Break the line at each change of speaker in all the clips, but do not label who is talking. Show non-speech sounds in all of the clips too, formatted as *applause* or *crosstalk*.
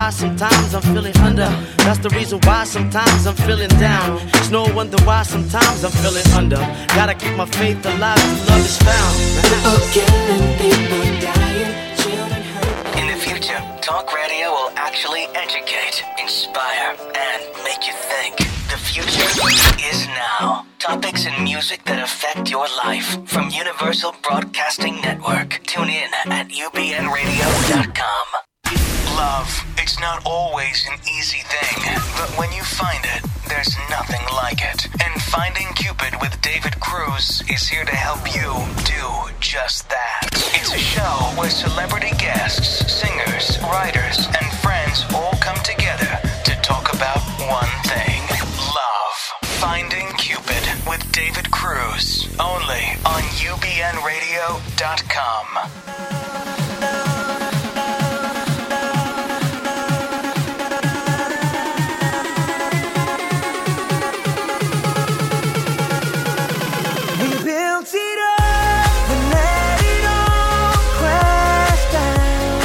why sometimes I'm feeling under. That's the reason why sometimes I'm feeling down. It's no wonder why sometimes I'm feeling under. Gotta keep my faith alive till love is found.
People killing, people dying, children hurt.
In the future, talk radio will actually educate, inspire, and make you think. The future is now. Topics and music that affect your life from Universal Broadcasting Network. Tune in at ubnradio.com. Love, it's not always an easy thing, but when you find it, there's nothing like it. And Finding Cupid with David Cruz is here to help you do just that. It's a show where celebrity guests, singers, writers, and friends all come together to talk about one thing love. Finding Cupid with David Cruz, only on UBNRadio.com.
We built it up, we let it all crash down.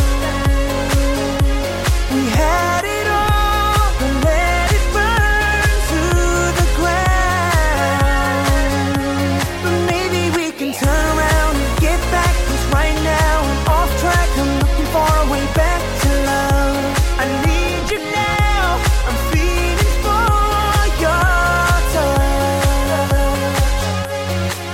We had it all, we let it burn to the ground. But maybe we can turn around and get back, 'cause right now I'm off track. I'm looking for a way back to love. I need you now, I'm feeling for your touch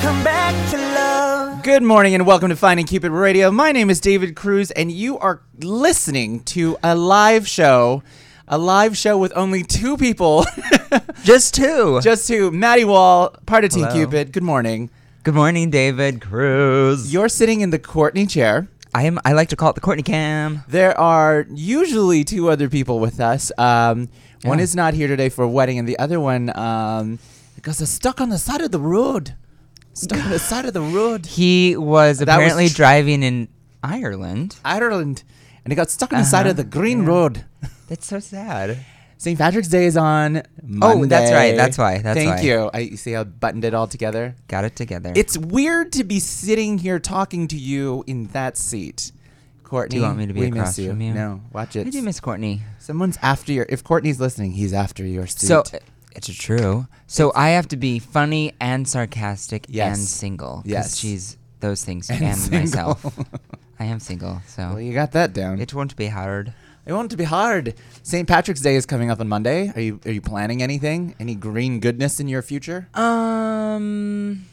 come back to love.
Good morning and welcome to Finding Cupid Radio. My name is David Cruz, and you are listening to a live show, a live show with only two people, *laughs*
Just two.
just to Maddie Wall, part of Team
Hello.
Cupid. Good morning.
Good morning, David Cruz.
You're sitting in the Courtney chair.
I am. I like to call it the Courtney Cam.
There are usually two other people with us. Um, One
Yeah.
is not here today for a wedding, and the other one um, because they're stuck on the side of the road. Stuck on the side of the road.
He was
was
apparently
tr-
driving in Ireland.
Ireland, and he got stuck on the side of
Uh-huh.
the green road.
That's so sad.
St. Patrick's Day is on
Oh,
Monday.
that's right. That's why. That's
Thank
why.
you. I, you see how I buttoned it all together?
Got it together.
It's weird to be sitting here talking to you in that seat. Courtney,
want me to be
we
across
miss you.
from you?
No, watch
I
it.
do miss Courtney.
Someone's after your. If Courtney's listening, he's after your seat.
So uh, it's true. So I have to be funny and sarcastic
Yes.
and single. 'cause
Yes.
she's those things
And
and,
single. *laughs*
myself. I am single, so
well, you got that down. It,
it won't be hard.
won't be hard. St. Patrick's Day is coming up on Monday. Are you are you planning anything? Any green goodness in your future?
Um,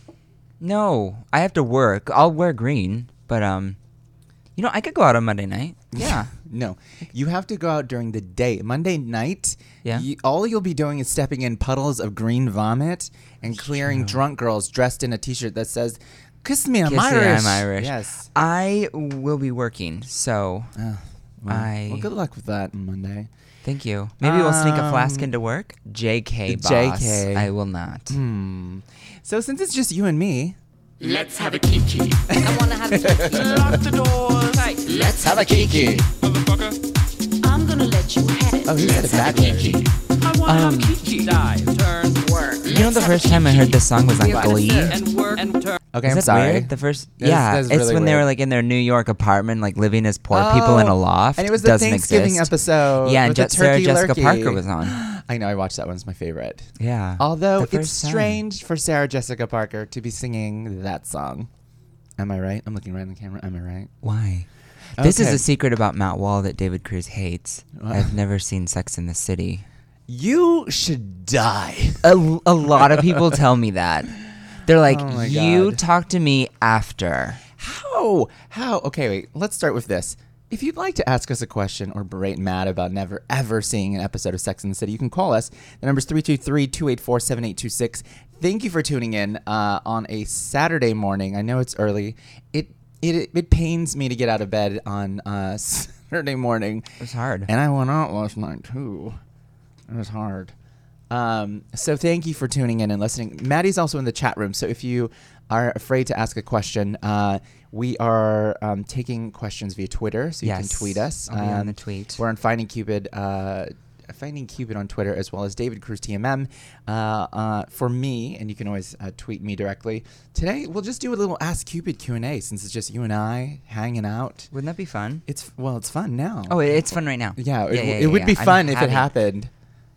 no, I have to work. I'll wear green, but um, you know, I could go out on Monday
*laughs*
night. Yeah,
No, you have to go out during the day. Monday night,
Yeah.
you- all you'll be doing is stepping in puddles of green vomit and clearing drunk girls dressed in a T-shirt that says "Kiss me, I'm
Kiss me,
Irish."
I'm Irish.
Yes. Ah,
I will be working, so I
Well, good luck with that on Monday.
thank you. Maybe we'll sneak a flask
Um,
into work. Jk, boss.
JK.
I will not.
Hmm. So since it's just you and me,
Let's have a kiki.
I wanna have a
Lock the doors.
Let's
have a kiki.
Motherfucker.
I'm gonna let you have it.
Oh, he said it backwards.
I wanna have kiki. Dive, turn, work.
You know, the first time I heard this song was on Glee.
And work and turn.
Okay,
Is
I'm
that
sorry.
weird? The first,
That's-
yeah,
that's
it's
really
when they were
weird.
like in their New York apartment, like living as poor people in a
Oh,
loft.
and it was the
Doesn't
Thanksgiving
exist.
episode
Yeah, and
with the
Je- Sarah
turkey
Jessica
lurkey.
Parker was
*gasps*
on. *gasps*
I know I watched that one. It's my favorite.
Yeah.
Although
the
it's
first time.
strange for Sarah Jessica Parker to be singing that song. Am I right? I'm looking right in the camera. Am I right?
Why? This is
Okay.
a secret about Matt Wall that David Cruz hates. I've never seen Sex in the City.
You should die.
A, a lot of *laughs* people tell me that. They're like,
Oh my
you
God.
talk to me after.
How? How? Okay, wait. Let's start with this. If you'd like to ask us a question or berate Matt about never ever seeing an episode of Sex in the City, you can call us. The number's 323 284 7826. Thank you for tuning in uh, on a Saturday morning. I know it's early. It it, it pains me to get out of bed on uh, *laughs* Saturday morning.
It's hard.
And I went out last night too. It was hard. Um, so thank you for tuning in and listening. Maddie's also in the chat room. So if you are afraid to ask a question, uh, we are um, taking questions via Twitter. So you
Yes.
can tweet us. Um,
I'll be on the tweet.
We're on Finding Cupid uh, Finding Cupid on Twitter as well as David Cruz TMM uh, uh, for me, and you can always uh, tweet me directly. Today we'll just do a little Ask Cupid Q and A since it's just you and I hanging out.
Wouldn't that be fun?
It's well, it's fun now.
Oh, it- it's fun right now.
yeah, it,
yeah,
it
yeah,
would
yeah.
be
I'm
fun if it
having-
happened.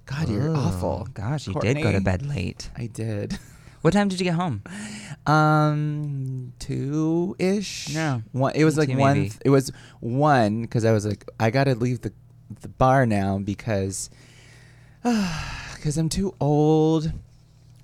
God, you're
Ooh,
awful.
Gosh, you did go to
Courtney.
bed late.
I did.
What time did you get home?
Um, two ish.
No.
one. It was like
Two
one.
maybe.
It was one because I was like, I gotta leave the the bar now because *sighs* because I'm too old.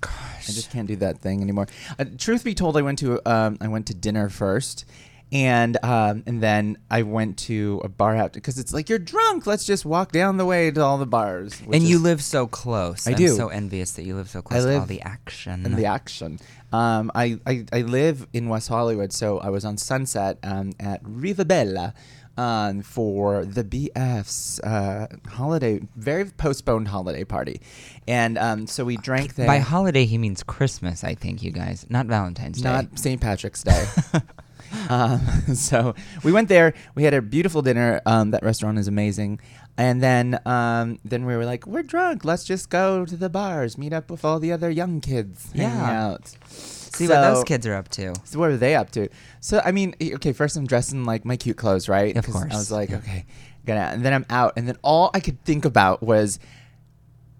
Gosh, I just can't do that thing anymore. Uh, truth be told, I went to um, I went to dinner first. And um, and then I went to a bar out because it's like you're drunk. Let's just walk down the way to all the bars. which
and you
is-
live so close.
I
I'm
do.
so envious that you live so close to all
live
the action.
and the action. Um, I, I, I live in West Hollywood, so I was on Sunset um, at Rivabella um, for the BF's uh, holiday, very postponed holiday party. And um, so we drank there.
By holiday, he means Christmas, I think, you guys. Not Valentine's Day.
Not St. Patrick's Day.
*laughs*
um, *laughs* so we went there. We had a beautiful dinner. Um, that restaurant is amazing. And then, um, then we were like, we're drunk. Let's just go to the bars, meet up with all the other young kids, hang
Yeah.
out.
See what those
So-
kids are up to.
So what are they up to? So I mean, e- okay, first I'm dressed in like my cute clothes, right?
Of
'Cause
course,
I was like,
yeah.
okay, gonna, and then I'm out, and then all I could think about was,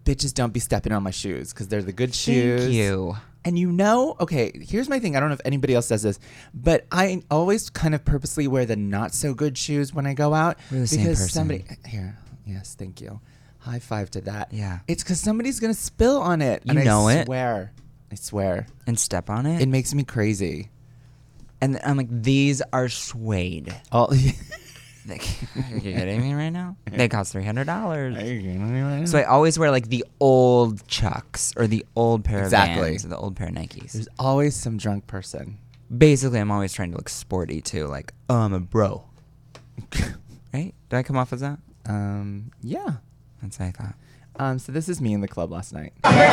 bitches, don't be stepping on my shoes because they're the good shoes.
Thank you.
And you know, okay, here's my thing. I don't know if anybody else does this, but I always kind of purposely wear the not so good shoes when I go out
We're the
because
same person.
somebody here. Yes, thank you. High five to that.
Yeah.
it's because somebody's gonna spill on it.
You
and
know
I
it.
Swear, I swear,
And step on it.
it makes me crazy.
and I'm like, these are
*laughs*
suede.
All.
Like, *laughs* are you kidding me right
*laughs*
now? They cost three hundred dollars. So
So
I always wear like the old Chucks or the old pair
Exactly.
of Vans or the old pair of Nikes.
there's always some drunk person.
Basically, I'm always trying to look sporty too. Like, oh, I'm a bro. *laughs* Right? Did I come off as that?
Um, yeah.
That's what I thought.
Um, so this is me in the club last night. oh my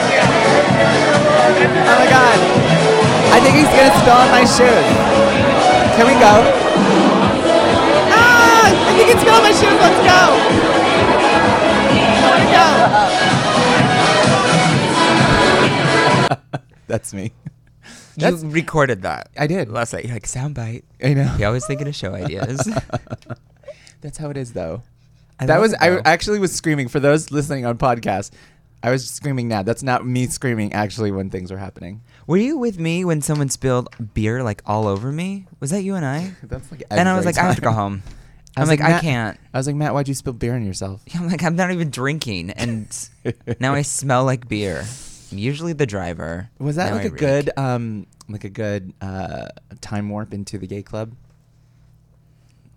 god! I think he's gonna spill on my shoes. Can we go? Ah! I think it's spilled on my shoes. Let's go. I wanna go. That's me. That's-
you recorded that.
I did.
Last night, you're like
*laughs*
soundbite.
I know.
You always thinking of show
*laughs*
ideas. *laughs*
That's how it is, though.
I
that
love
was
it,
I
though.
actually was screaming for those listening on podcast. I was screaming now. That's not me screaming actually when things were happening.
Were you with me when someone spilled beer like all over me? Was that you and I?
*laughs* That's like
And I was
every
like, I have to go
time.
home.
I
I'm
was
like, I
"Matt-"
can't. *laughs*
I was like, Matt, why'd you spill beer on yourself?
I'm like, I'm not even drinking, and
*laughs*
s- now I smell like beer. I'm usually the driver.
Was that
Now
like
I
a
reek.
good um like a good uh time warp into the gay club?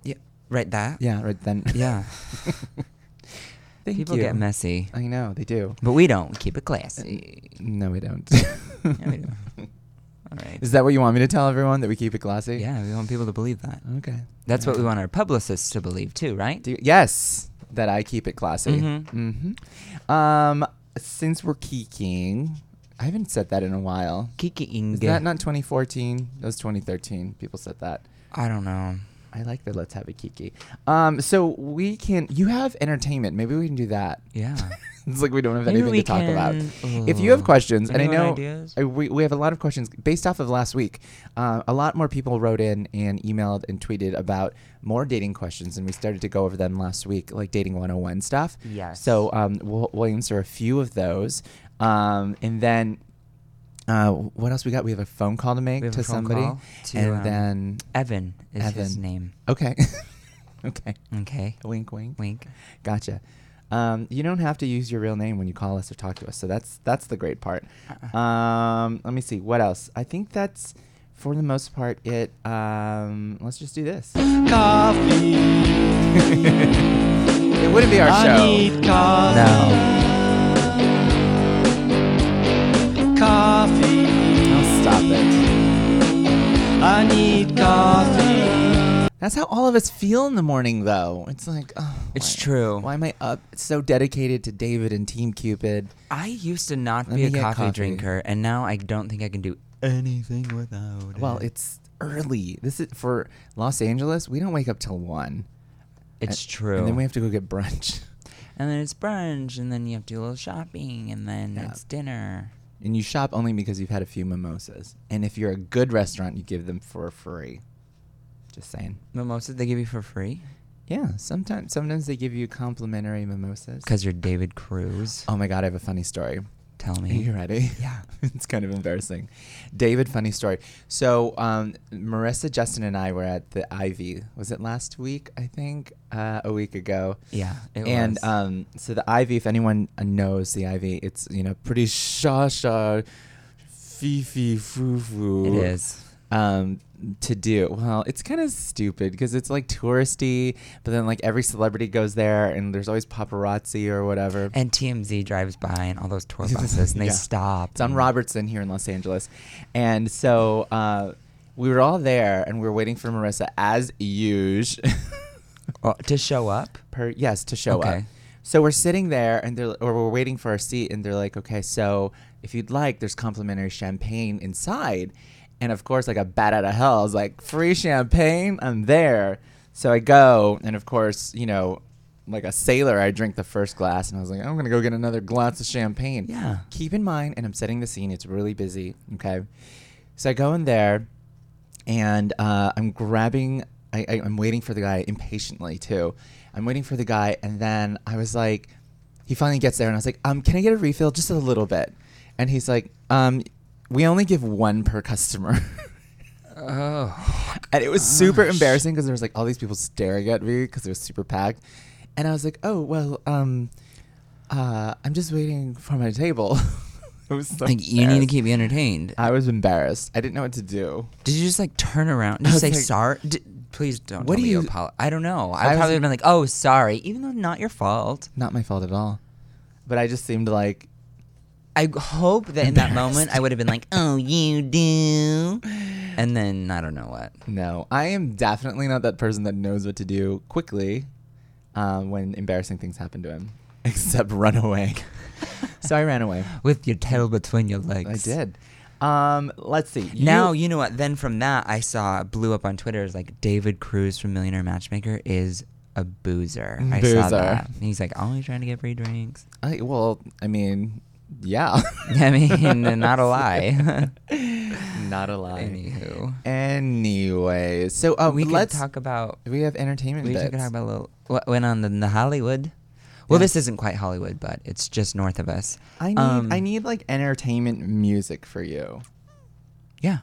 Yeah, right? That.
Yeah, right *laughs* then.
Yeah.
Thank
People
you.
get messy,
I know, they do.
but we don't. We keep it classy.
No, we don't.
Yeah, we do. All right.
*laughs* Uh, Is that what you want me to tell everyone that we keep it glossy?
Yeah, we want people to believe that.
Okay.
That's what we want our publicists to believe too, right?
Do yes, that I keep it classy. Mm-hmm. Um, since we're geeking, I haven't said that in a while.
Kiki
Is
Inge.
that not 2014? That was 2013. People said that.
I don't know.
I like the let's have a kiki. Um, so we can. You have entertainment. Maybe we can do that.
Yeah.
*laughs* It's like we don't have
Maybe
anything
we
to talk about.
can-
If you have
Ooh.
questions, and I
Anyone
know
ideas?
I- we, we have a lot of questions based off of last week, uh, a lot more people wrote in and emailed and tweeted about more dating questions, and we started to go over them last week, like dating 101 stuff.
Yes.
So um, we'll, we'll answer a few of those. Um, and then uh, what else we got? We have a phone call to make
have
to
a phone
somebody.
call to,
and
um,
then,
Evan is his
Evan.
name.
okay. *laughs* okay.
Okay.
Wink, wink.
Wink.
Gotcha. Um, you don't have to use your real name when you call us or talk to us, so that's that's the great part.
Uh-uh.
Um, let me see what else. I think that's for the most part it. Um, let's just do this. *laughs* It wouldn't be our show.
No.
Oh, stop it. I need coffee. That's how all of us feel in the morning, though. It's like, oh,
It's
why-
true.
Why am I up? so dedicated to David and Team Cupid.
I used to not
Let
be
me
a
get
coffee,
coffee.
drinker, and now I don't think I can do anything without
Well,
it.
it's early. This is for Los Angeles. We don't wake up till one.
It's true.
And then we have to go get brunch. *laughs*
and then it's brunch, and then you have to do a little shopping, and then
Yeah.
it's dinner.
And you shop only because you've had a few mimosas. And if you're a good restaurant, you give them for free. Just saying.
Mimosas they give you for free
Yeah, sometimes sometimes they give you complimentary mimosas.
because you're David Cruz.
oh my god, I have a funny story.
Tell
Are you
me.
ready? *laughs*
Yeah.
it's kind of embarrassing. David, funny story. So, um, Marissa, Justin, and I were at the Ivy. Was it last week? I think uh, a week ago.
Yeah, it
and
was.
um, so the Ivy, if anyone uh, knows the Ivy, it's you know pretty sha sha, fee fee foo foo
It is.
um to do well it's kind of stupid because it's like touristy but then like every celebrity goes there and there's always paparazzi or whatever
And TMZ drives by and all those
*laughs*
tour buses and they
Yeah.
stop.
It's on
and-
Robertson here in Los Angeles. And so uh, we were all there and we were waiting for Marissa as usual.
Oh, to show up.
per yes to show up.
Okay.
So we're sitting there and they're or we're waiting for our seat and they're like, okay, so if you'd like, there's complimentary champagne inside. And of course, like a bat out of hell, I was like, free champagne, I'm there. So I go, and of course, you know, like a sailor, I drink the first glass, and I was like, I'm gonna go get another glass of champagne.
Yeah.
Keep in mind, and I'm setting the scene. It's really busy. Okay. So I go in there, and uh, I'm grabbing. I, I, I'm waiting for the guy impatiently too. I'm waiting for the guy, and then I was like, he finally gets there, and I was like, um, can I get a refill, just a little bit? And he's like, um, we only give one per customer. *laughs*
Oh.
And it was super embarrassing because there was like all these people staring at me because it was super packed. And I was like, oh, well, um, uh, I'm just waiting for my table. *laughs* it was so
Like you need to
embarrassed.
keep you entertained.
I was embarrassed. I didn't know what to do.
Did you just like turn around? Did you
was
say
like-
sorry? D- please don't. tell
What do
me you?
you-
Apolo- I don't know.
I
I,
was-
probably would have been like, oh, sorry, even though not your fault.
Not my fault at all. But I just seemed like,
I hope that in that moment I would have been
*laughs*
like, oh, you do, and then I don't know what.
no, I am definitely not that person that knows what to do quickly um, when embarrassing things happen to him, *laughs* except run away. *laughs* so I ran away.
With your tail between your
I
legs.
did. Um, let's see. You-
Now you know what. Then from that, I saw blew up on Twitter is like David Cruz from Millionaire Matchmaker is a boozer. I
Boozer.
saw that. And he's like always trying to get free drinks. *laughs*
I, well, I mean, yeah.
I mean, not a lie.
*laughs*
*laughs*
Not a lie.
Anywho,
Anyways, so um,
we could
let's
talk about
We have entertainment
we
bits.
could talk about a little, what went on in the Hollywood. Well,
Yeah.
this isn't quite Hollywood, but it's just north of us.
I need
Um,
I need like entertainment music for you.
Yeah,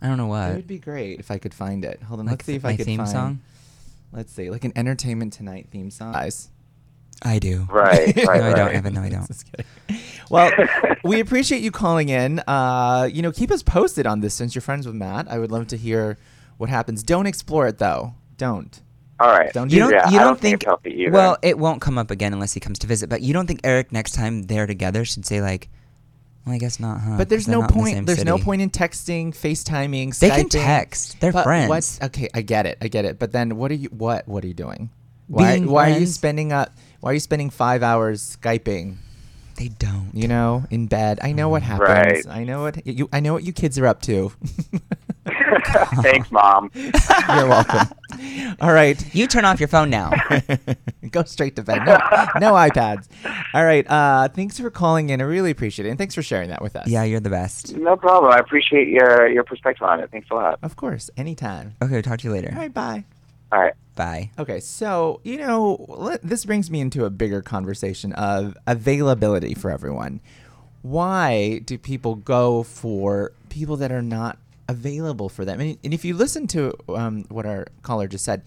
I don't know
it
what.
would be great if I could find it. Hold on,
uh, Like
let's see if
my
I could
theme
find.
song.
Let's see, like an Entertainment Tonight theme
*laughs*
song. Guys.
I do.
*laughs*
Right,
*laughs*
right,
no, I
right.
don't, Evan. No, I don't.
Just kidding.
*laughs*
Well, we appreciate you calling in. Uh, you know, keep us posted on this since you're friends with Matt. I would love to hear what happens. Don't explore it though. Don't.
All right.
Don't
You don't.
yeah,
you
I
don't,
don't think it's healthy either.
Well, it won't come up again unless he comes to visit. But you don't think Eric next time they're together should say like, "Well, I guess not, huh?"
But
'cause
there's
Uh, they're
no
not in the
point.
same
There's no
city."
point in texting, FaceTiming.
They can
Skyping.
text. They're
But
friends.
What's, okay, I get it. I get it. But then, what are you? What? What are you doing? Why?
Being
why are you
friends.
spending up? Why are you spending five hours skyping?
They don't.
You know, in bed. I know what happens.
Right.
I know what you. I know what you kids are up to. *laughs*
Thanks, mom.
You're welcome. All right, *laughs*
You turn off your phone now.
go straight to bed. No, no iPads. All right. Uh, thanks for calling in. I really appreciate it, and thanks for sharing that with us.
yeah, you're the best.
No problem. I appreciate your your perspective on it. Thanks a lot.
Of course. Anytime.
Okay, talk to you later.
All right. Bye.
All right.
Bye.
Okay, so you know let, this brings me into a bigger conversation of availability for everyone. Why do people go for people that are not available for them? And, and if you listen to um, what our caller just said,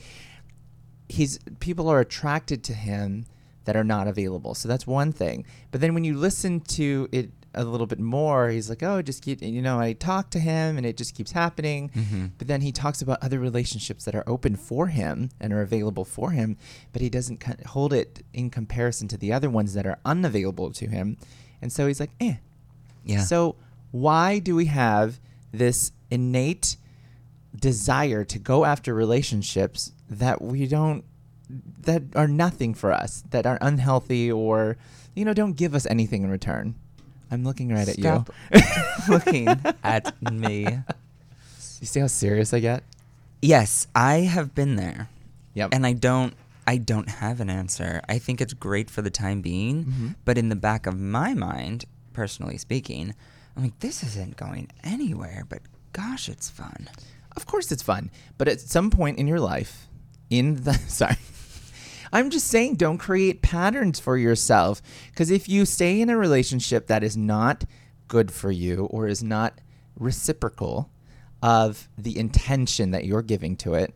he's people are attracted to him that are not available. So that's one thing. But then when you listen to it a little bit more, he's like, "Oh, just keep you know, I talk to him and it just keeps happening." But then he talks about other relationships that are open for him and are available for him, but he doesn't co- hold it in comparison to the other ones that are unavailable to him. And so he's like, "Eh."
Yeah.
So why do we have this innate desire to go after relationships that we don't that are nothing for us that are unhealthy or you know don't give us anything in return i'm looking right
Stop
at you
looking *laughs* at me.
you see how serious i get
Yes, I have been there,
yep
and I don't. I don't have an answer. I think it's great for the time being,
Mm-hmm.
but in the back of my mind, personally speaking, I'm like, this isn't going anywhere, but gosh, it's fun.
Of course, it's fun. But at some point in your life, in the *laughs* sorry, I'm just saying, don't create patterns for yourself. Because if you stay in a relationship that is not good for you or is not reciprocal of the intention that you're giving to it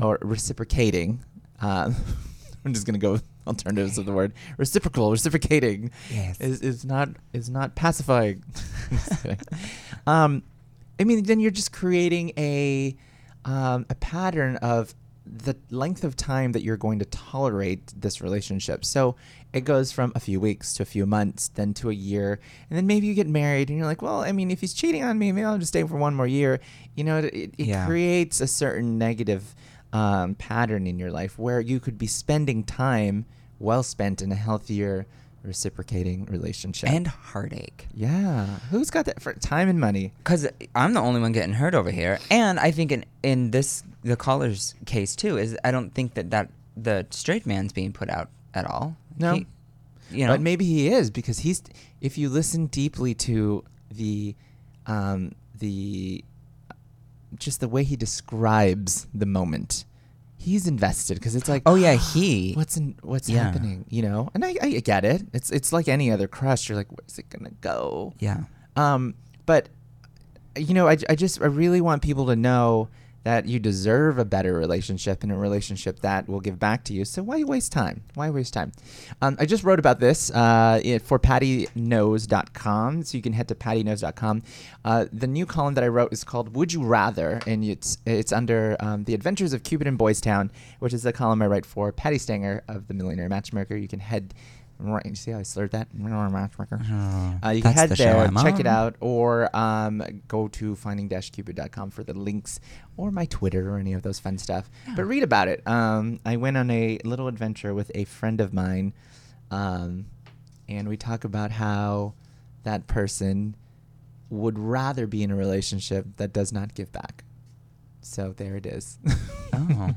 or reciprocating, um, *laughs* I'm just gonna go with alternatives of the word reciprocal, reciprocating
Yes.
is, is not is not pacifying. *laughs* Just kidding. um, I mean, then you're just creating a um, a pattern of the length of time that you're going to tolerate this relationship. So it goes from a few weeks to a few months, then to a year, and then maybe you get married, and you're like, well, I mean, if he's cheating on me, maybe I'll just stay for one more year. You know, it, it, it
Yeah.
creates a certain negative um, pattern in your life where you could be spending time well spent in a healthier, reciprocating relationship.
And heartache.
yeah, who's got that for time and money?
because I'm the only one getting hurt over here, and I think in in this the caller's case too is I don't think that that the straight man's being put out at all.
No.
He- you know,
But maybe he is because he's. If you listen deeply to the, um, the, just the way he describes the moment, he's invested because it's like,
oh yeah,
*gasps*
he.
what's in, what's
Yeah.
happening, you know? And I, I get it. It's it's like any other crush. You're like, where's it gonna go?
Yeah,
Um, but you know, I, I just I really want people to know that you deserve a better relationship and a relationship that will give back to you. So why waste time? Why waste time? Um, I just wrote about this uh, it- for pattyknows.com. So you can head to pattyknows.com. Uh, the new column that I wrote is called Would You Rather? And it's it's under um, The Adventures of Cupid in Boys Town, which is the column I write for Patty Stanger of The Millionaire Matchmaker. You can head right. You see how I slurred that? Millionaire Matchmaker. Uh, you can
That's
head
the show
there,
I'm
check it
on.
out out or um, go to finding-cupid.com for the links or my Twitter or any of those fun stuff. But read about it. Um, I went on a little adventure with a friend of mine, um, and we talk about how that person would rather be in a relationship that does not give back. So there it is.
Oh,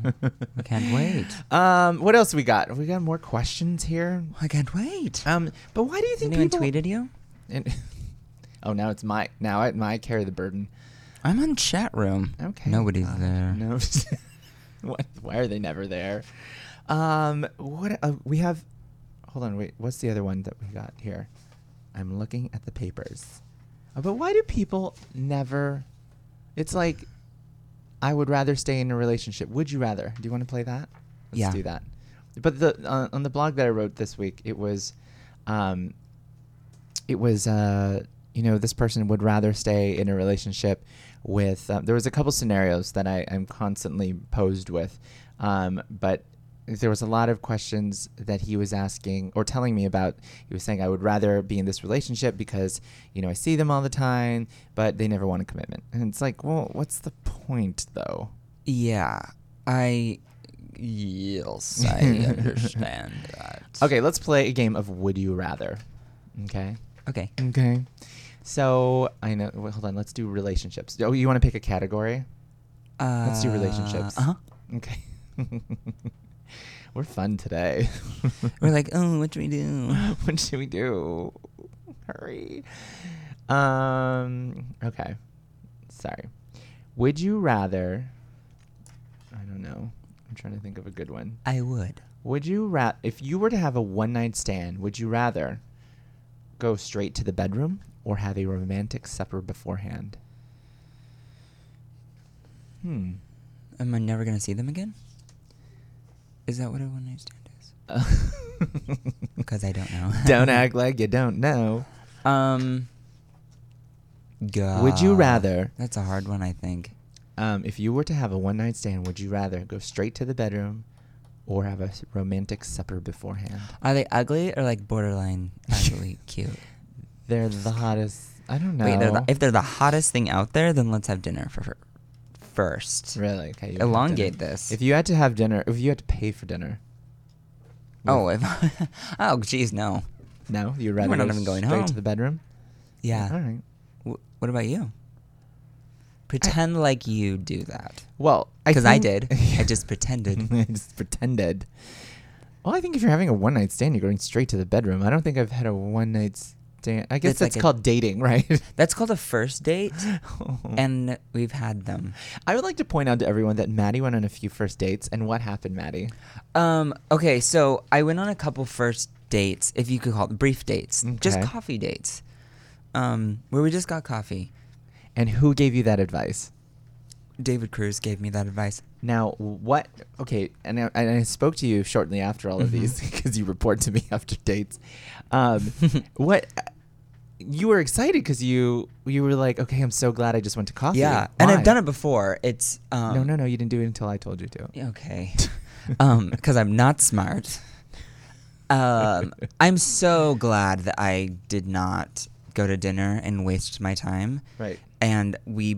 I
*laughs*
can't wait.
Um, what else we got? We got more questions here.
I can't wait.
Um, but why do you think
Anyone
people
tweeted you?
And- *laughs* oh, now it's my now I, now I carry the burden.
I'm on chat room.
Okay.
nobody's
Uh,
there.
No. What- *laughs* Why are they never there? Um, what uh, we have? Hold on, wait. What's the other one that we got here? I'm looking at the papers. Uh, but why do people never? It's like, I would rather stay in a relationship. Would you rather? Do you want to play that? Let's
Yeah.
do that. But the uh, on the blog that I wrote this week, it was, um, it was uh, you know this person would rather stay in a relationship with um, there was a couple scenarios that I am constantly posed with um, but there was a lot of questions that he was asking or telling me about he was saying I would rather be in this relationship because you know I see them all the time but they never want a commitment and it's like well what's the point though
Yeah, I. Yes, I
*laughs*
understand that.
okay let's play a game of would you rather okay
Okay.
okay so I know well, hold on let's do relationships oh you want to pick a category
Uh,
Let's do relationships.
Uh huh.
Okay. *laughs* We're fun today. *laughs*
We're like, oh, what do we do?
what should we do? Hurry. Um okay. Sorry. Would you rather I don't know. I'm trying to think of a good one.
I would.
Would you ra- if you were to have a one night stand, would you rather go straight to the bedroom or have a romantic supper beforehand? Hmm.
Am I never gonna see them again? Is that what a one night stand
*laughs*
is? Because I don't know.
don't act like you don't know.
*laughs* Um. God.
Would you rather,
That's a hard one, I think.
um, if you were to have a one night stand, would you rather go straight to the bedroom or have a s- romantic supper beforehand?
Are they ugly or like
*laughs*
borderline actually cute?
They're the hottest. I don't know.
Wait, they're the, if they're the hottest thing out there, then let's have dinner for her first.
really okay, you have
elongate
dinner.
this.
If you had to have dinner, if you had to pay for dinner,
Oh, if *laughs* oh, geez, no.
no, you'd rather
not
go
even going
straight to
home.
the bedroom. All
Yeah.
right.
W- what about you? Pretend like you do that.
Well,
Because I,
*laughs* think- *laughs*
did. I just pretended.
I just pretended. Well, I think if you're having a one night stand, you're going straight to the bedroom. I don't think I've had a one night stand. I guess
It's
that's
like a-
called dating, *laughs* right?
That's called a first
*laughs*
date, and we've had them.
I would like to point out to everyone that Maddie went on a few first dates, and what happened, Maddie?
Um, okay, so I went on a couple first dates, if you could call it brief dates, just
Okay.
coffee dates, um, where we just got coffee.
And who gave you that advice?
David Cruz gave me that advice.
Now, what? Okay, and I, and I spoke to you shortly after all of
Mm-hmm.
these *laughs* because you report to me *laughs* after dates.
*laughs*
Um, what? You were excited because you you were like, okay, I'm so glad I just went to coffee.
Yeah, and
Why?
I've done it before. It's um,
No, no, no, you didn't do it until I told you to.
Okay, *laughs* um, because I'm not smart.
*laughs*
Um, I'm so glad that I did not go to dinner and waste my time.
Right.
And we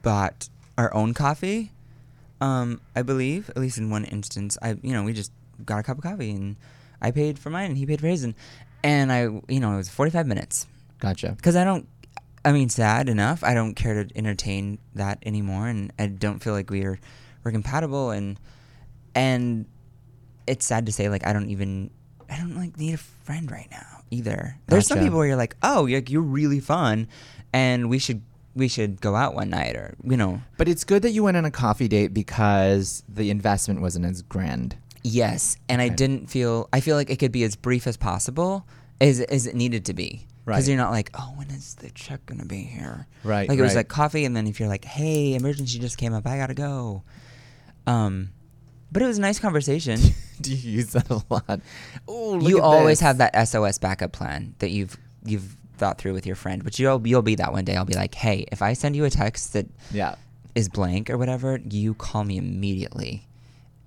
bought our own coffee. Um, I believe, at least in one instance, I you know we just got a cup of coffee and I paid for mine and he paid for his and and I you know it was 45 minutes
Gotcha.
because I don't. I mean, sad enough. I don't care to entertain that anymore, and I don't feel like we're we're compatible. And and it's sad to say, like I don't even I don't like need a friend right now either. There's some
Gotcha.
people where you're like, oh, you're, you're really fun, and we should we should go out one night, or you know,
But it's good that you went on a coffee date because the investment wasn't as grand. *laughs*
Yes, and I didn't feel. I feel like it could be as brief as possible, as as it needed to be.
Right.
Because you're not like, oh, when is the check gonna be here?
Right,
Like it was
right.
like coffee, and then if you're like, hey, emergency just came up, I gotta go. Um, but it was a nice
*laughs*
conversation.
Do you use that a lot? Oh, look
you
at
always
this.
have that SOS backup plan that you've you've thought through with your friend, but you'll you'll be that one day. I'll be like, hey, if I send you a text that
Yeah.
is blank or whatever, you call me immediately,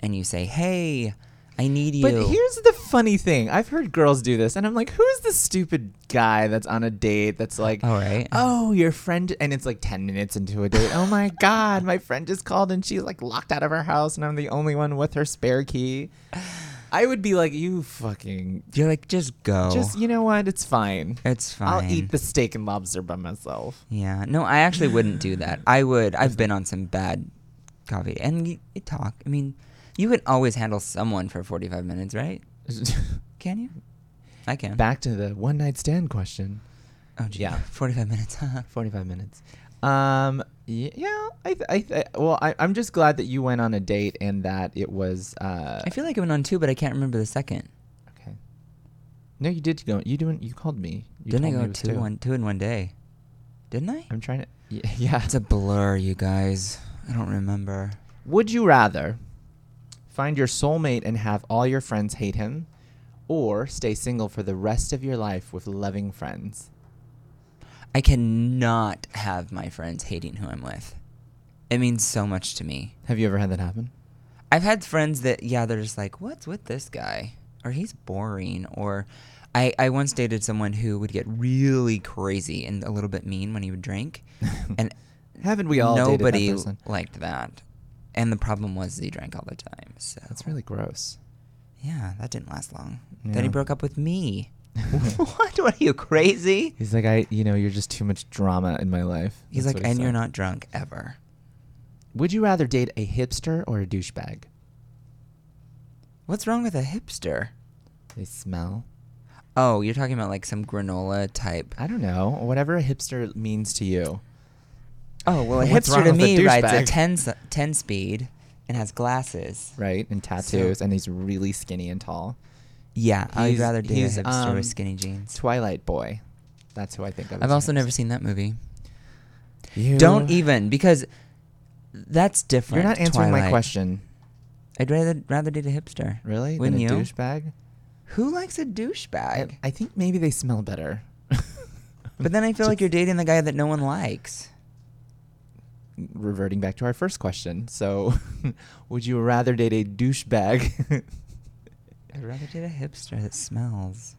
and you say, hey, I need you.
But here's the funny thing. I've heard girls do this, and I'm like, who's the stupid guy that's on a date that's like,
All right.
oh, your friend, and it's like 10 minutes into a date. oh my God, my friend just called and she's like locked out of her house, and I'm the only one with her spare key. I would be like, you fucking,
You're like, just go.
just, you know what? It's fine.
it's Oh. fine.
I'll eat the steak and lobster by myself. *laughs*
Yeah. No, I actually wouldn't do that.
*sighs*
I would. I've been on some bad coffee and you, you talk. I mean, you can always handle someone for 45 minutes, right? Can you? I can.
Back to the one night stand question.
oh, gee. *laughs*
yeah.
45 minutes. huh?
45 minutes. Um, y- yeah, I, th- I, th- well, I, I'm just glad that you went on a date and that it was, uh,
I feel like I went on two, but I can't remember the second.
okay. No, you did go, you doing, you called me. You
Didn't I
told me
go
it was
two, one, two in one day? Didn't I?
I'm trying to, y- *laughs* yeah.
It's a blur, you guys. I don't remember.
Would you rather find your soulmate and have all your friends hate him or stay single for the rest of your life with loving friends?
I cannot have my friends hating who I'm with. It means so much to me.
Have you ever had that happen?
I've had friends that yeah, they're just like, "What's with this guy?" or "He's boring," or I I once dated someone who would get really crazy and a little bit mean when he would
*laughs*
drink, and
Haven't we all dated that
nobody
person?
liked that. And the problem was he drank all the time. So
That's really gross.
yeah, that didn't last long. Then
Yeah.
he broke up with me.
*laughs*
what? What are you crazy?
He's like, I, you know, you're just too much drama in my life.
He's
That's
like,
what he
and you're
said.
not drunk ever.
Would you rather date a hipster or a douchebag?
What's wrong with a hipster?
They smell.
Oh, you're talking about like some granola type.
I don't know. Whatever a hipster means to you.
Oh well, a
What's wrong
hipster to
with a
me rides a
douchebag?
10, s- 10 speed and has glasses.
Right? And tattoos, and he's really skinny and tall.
Yeah, I'd
He's-
rather do a
he's,
hipster
um,
with skinny jeans.
Twilight Boy. That's who I think of. as
I've
a
also
hipster.
never seen that movie.
You-
Don't even because that's different.
You're not answering my
Twilight.
question.
I'd rather rather date a hipster.
Really?
Wouldn't
than a
you?
douchebag?
Who likes a douchebag?
I, I think maybe they smell better.
but then I feel like you're dating the guy that no one likes.
Reverting back to our first question. So, *laughs* would you rather date
*laughs*
a douchebag?
I'd rather date a hipster that smells.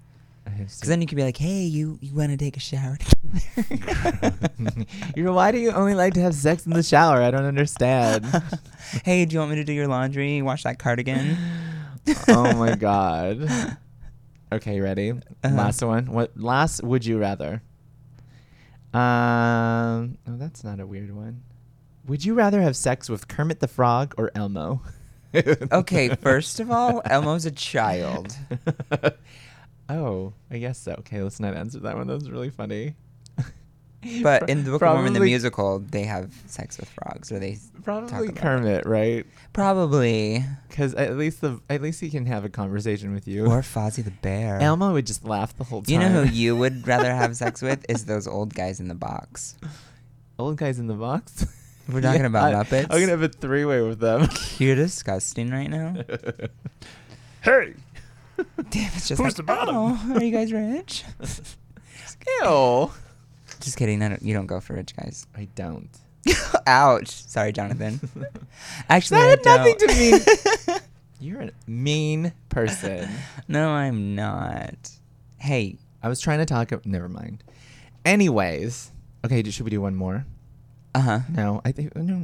A hipster.
Because then you could be like, hey, you you want to take a shower? *laughs* together?"
*laughs* You're, why do you only like to have sex in the shower? I don't understand.
*laughs* hey, do you want me to do your laundry? Wash that cardigan.
oh
*laughs*
my god. Okay, ready?
Uh-huh.
Last one. What last would you rather? Um oh that's not a weird one. Would you rather have sex with Kermit the Frog or Elmo? *laughs*
Okay, first of all, Elmo's a child.
oh, I guess so. Okay, let's not answer that one. That was really funny.
But in the Book of Mormon, the
Probably-
musical, they have sex with frogs, or they
Probably
about it.
Kermit, right?
probably
Because at least the at least he can have a conversation with you.
or Fozzie the bear.
*laughs* Elmo would just laugh the whole time.
you know who you would rather have sex with is those old guys in the box.
*laughs* old guys in the box.
We're talking
*laughs* Yeah,
about
I-
Muppets.
I'm gonna have a three way with them. *laughs*
You're disgusting right now.
hey,
*laughs* Damn, it's just
Who's
like,
the bottom?
"Oh, are you guys
*laughs*
rich?
ew.
just kidding. I don't, you don't go for rich guys. *laughs*
I don't.
Ouch. Sorry,
*laughs*
Jonathan. Actually,
That
I
had nothing
don't.
to mean. You're a mean person.
No, I'm not. Hey,
I was trying to talk. ab- Never mind. Anyways, okay. d- Should we do one more?
uh huh.
No, I think no.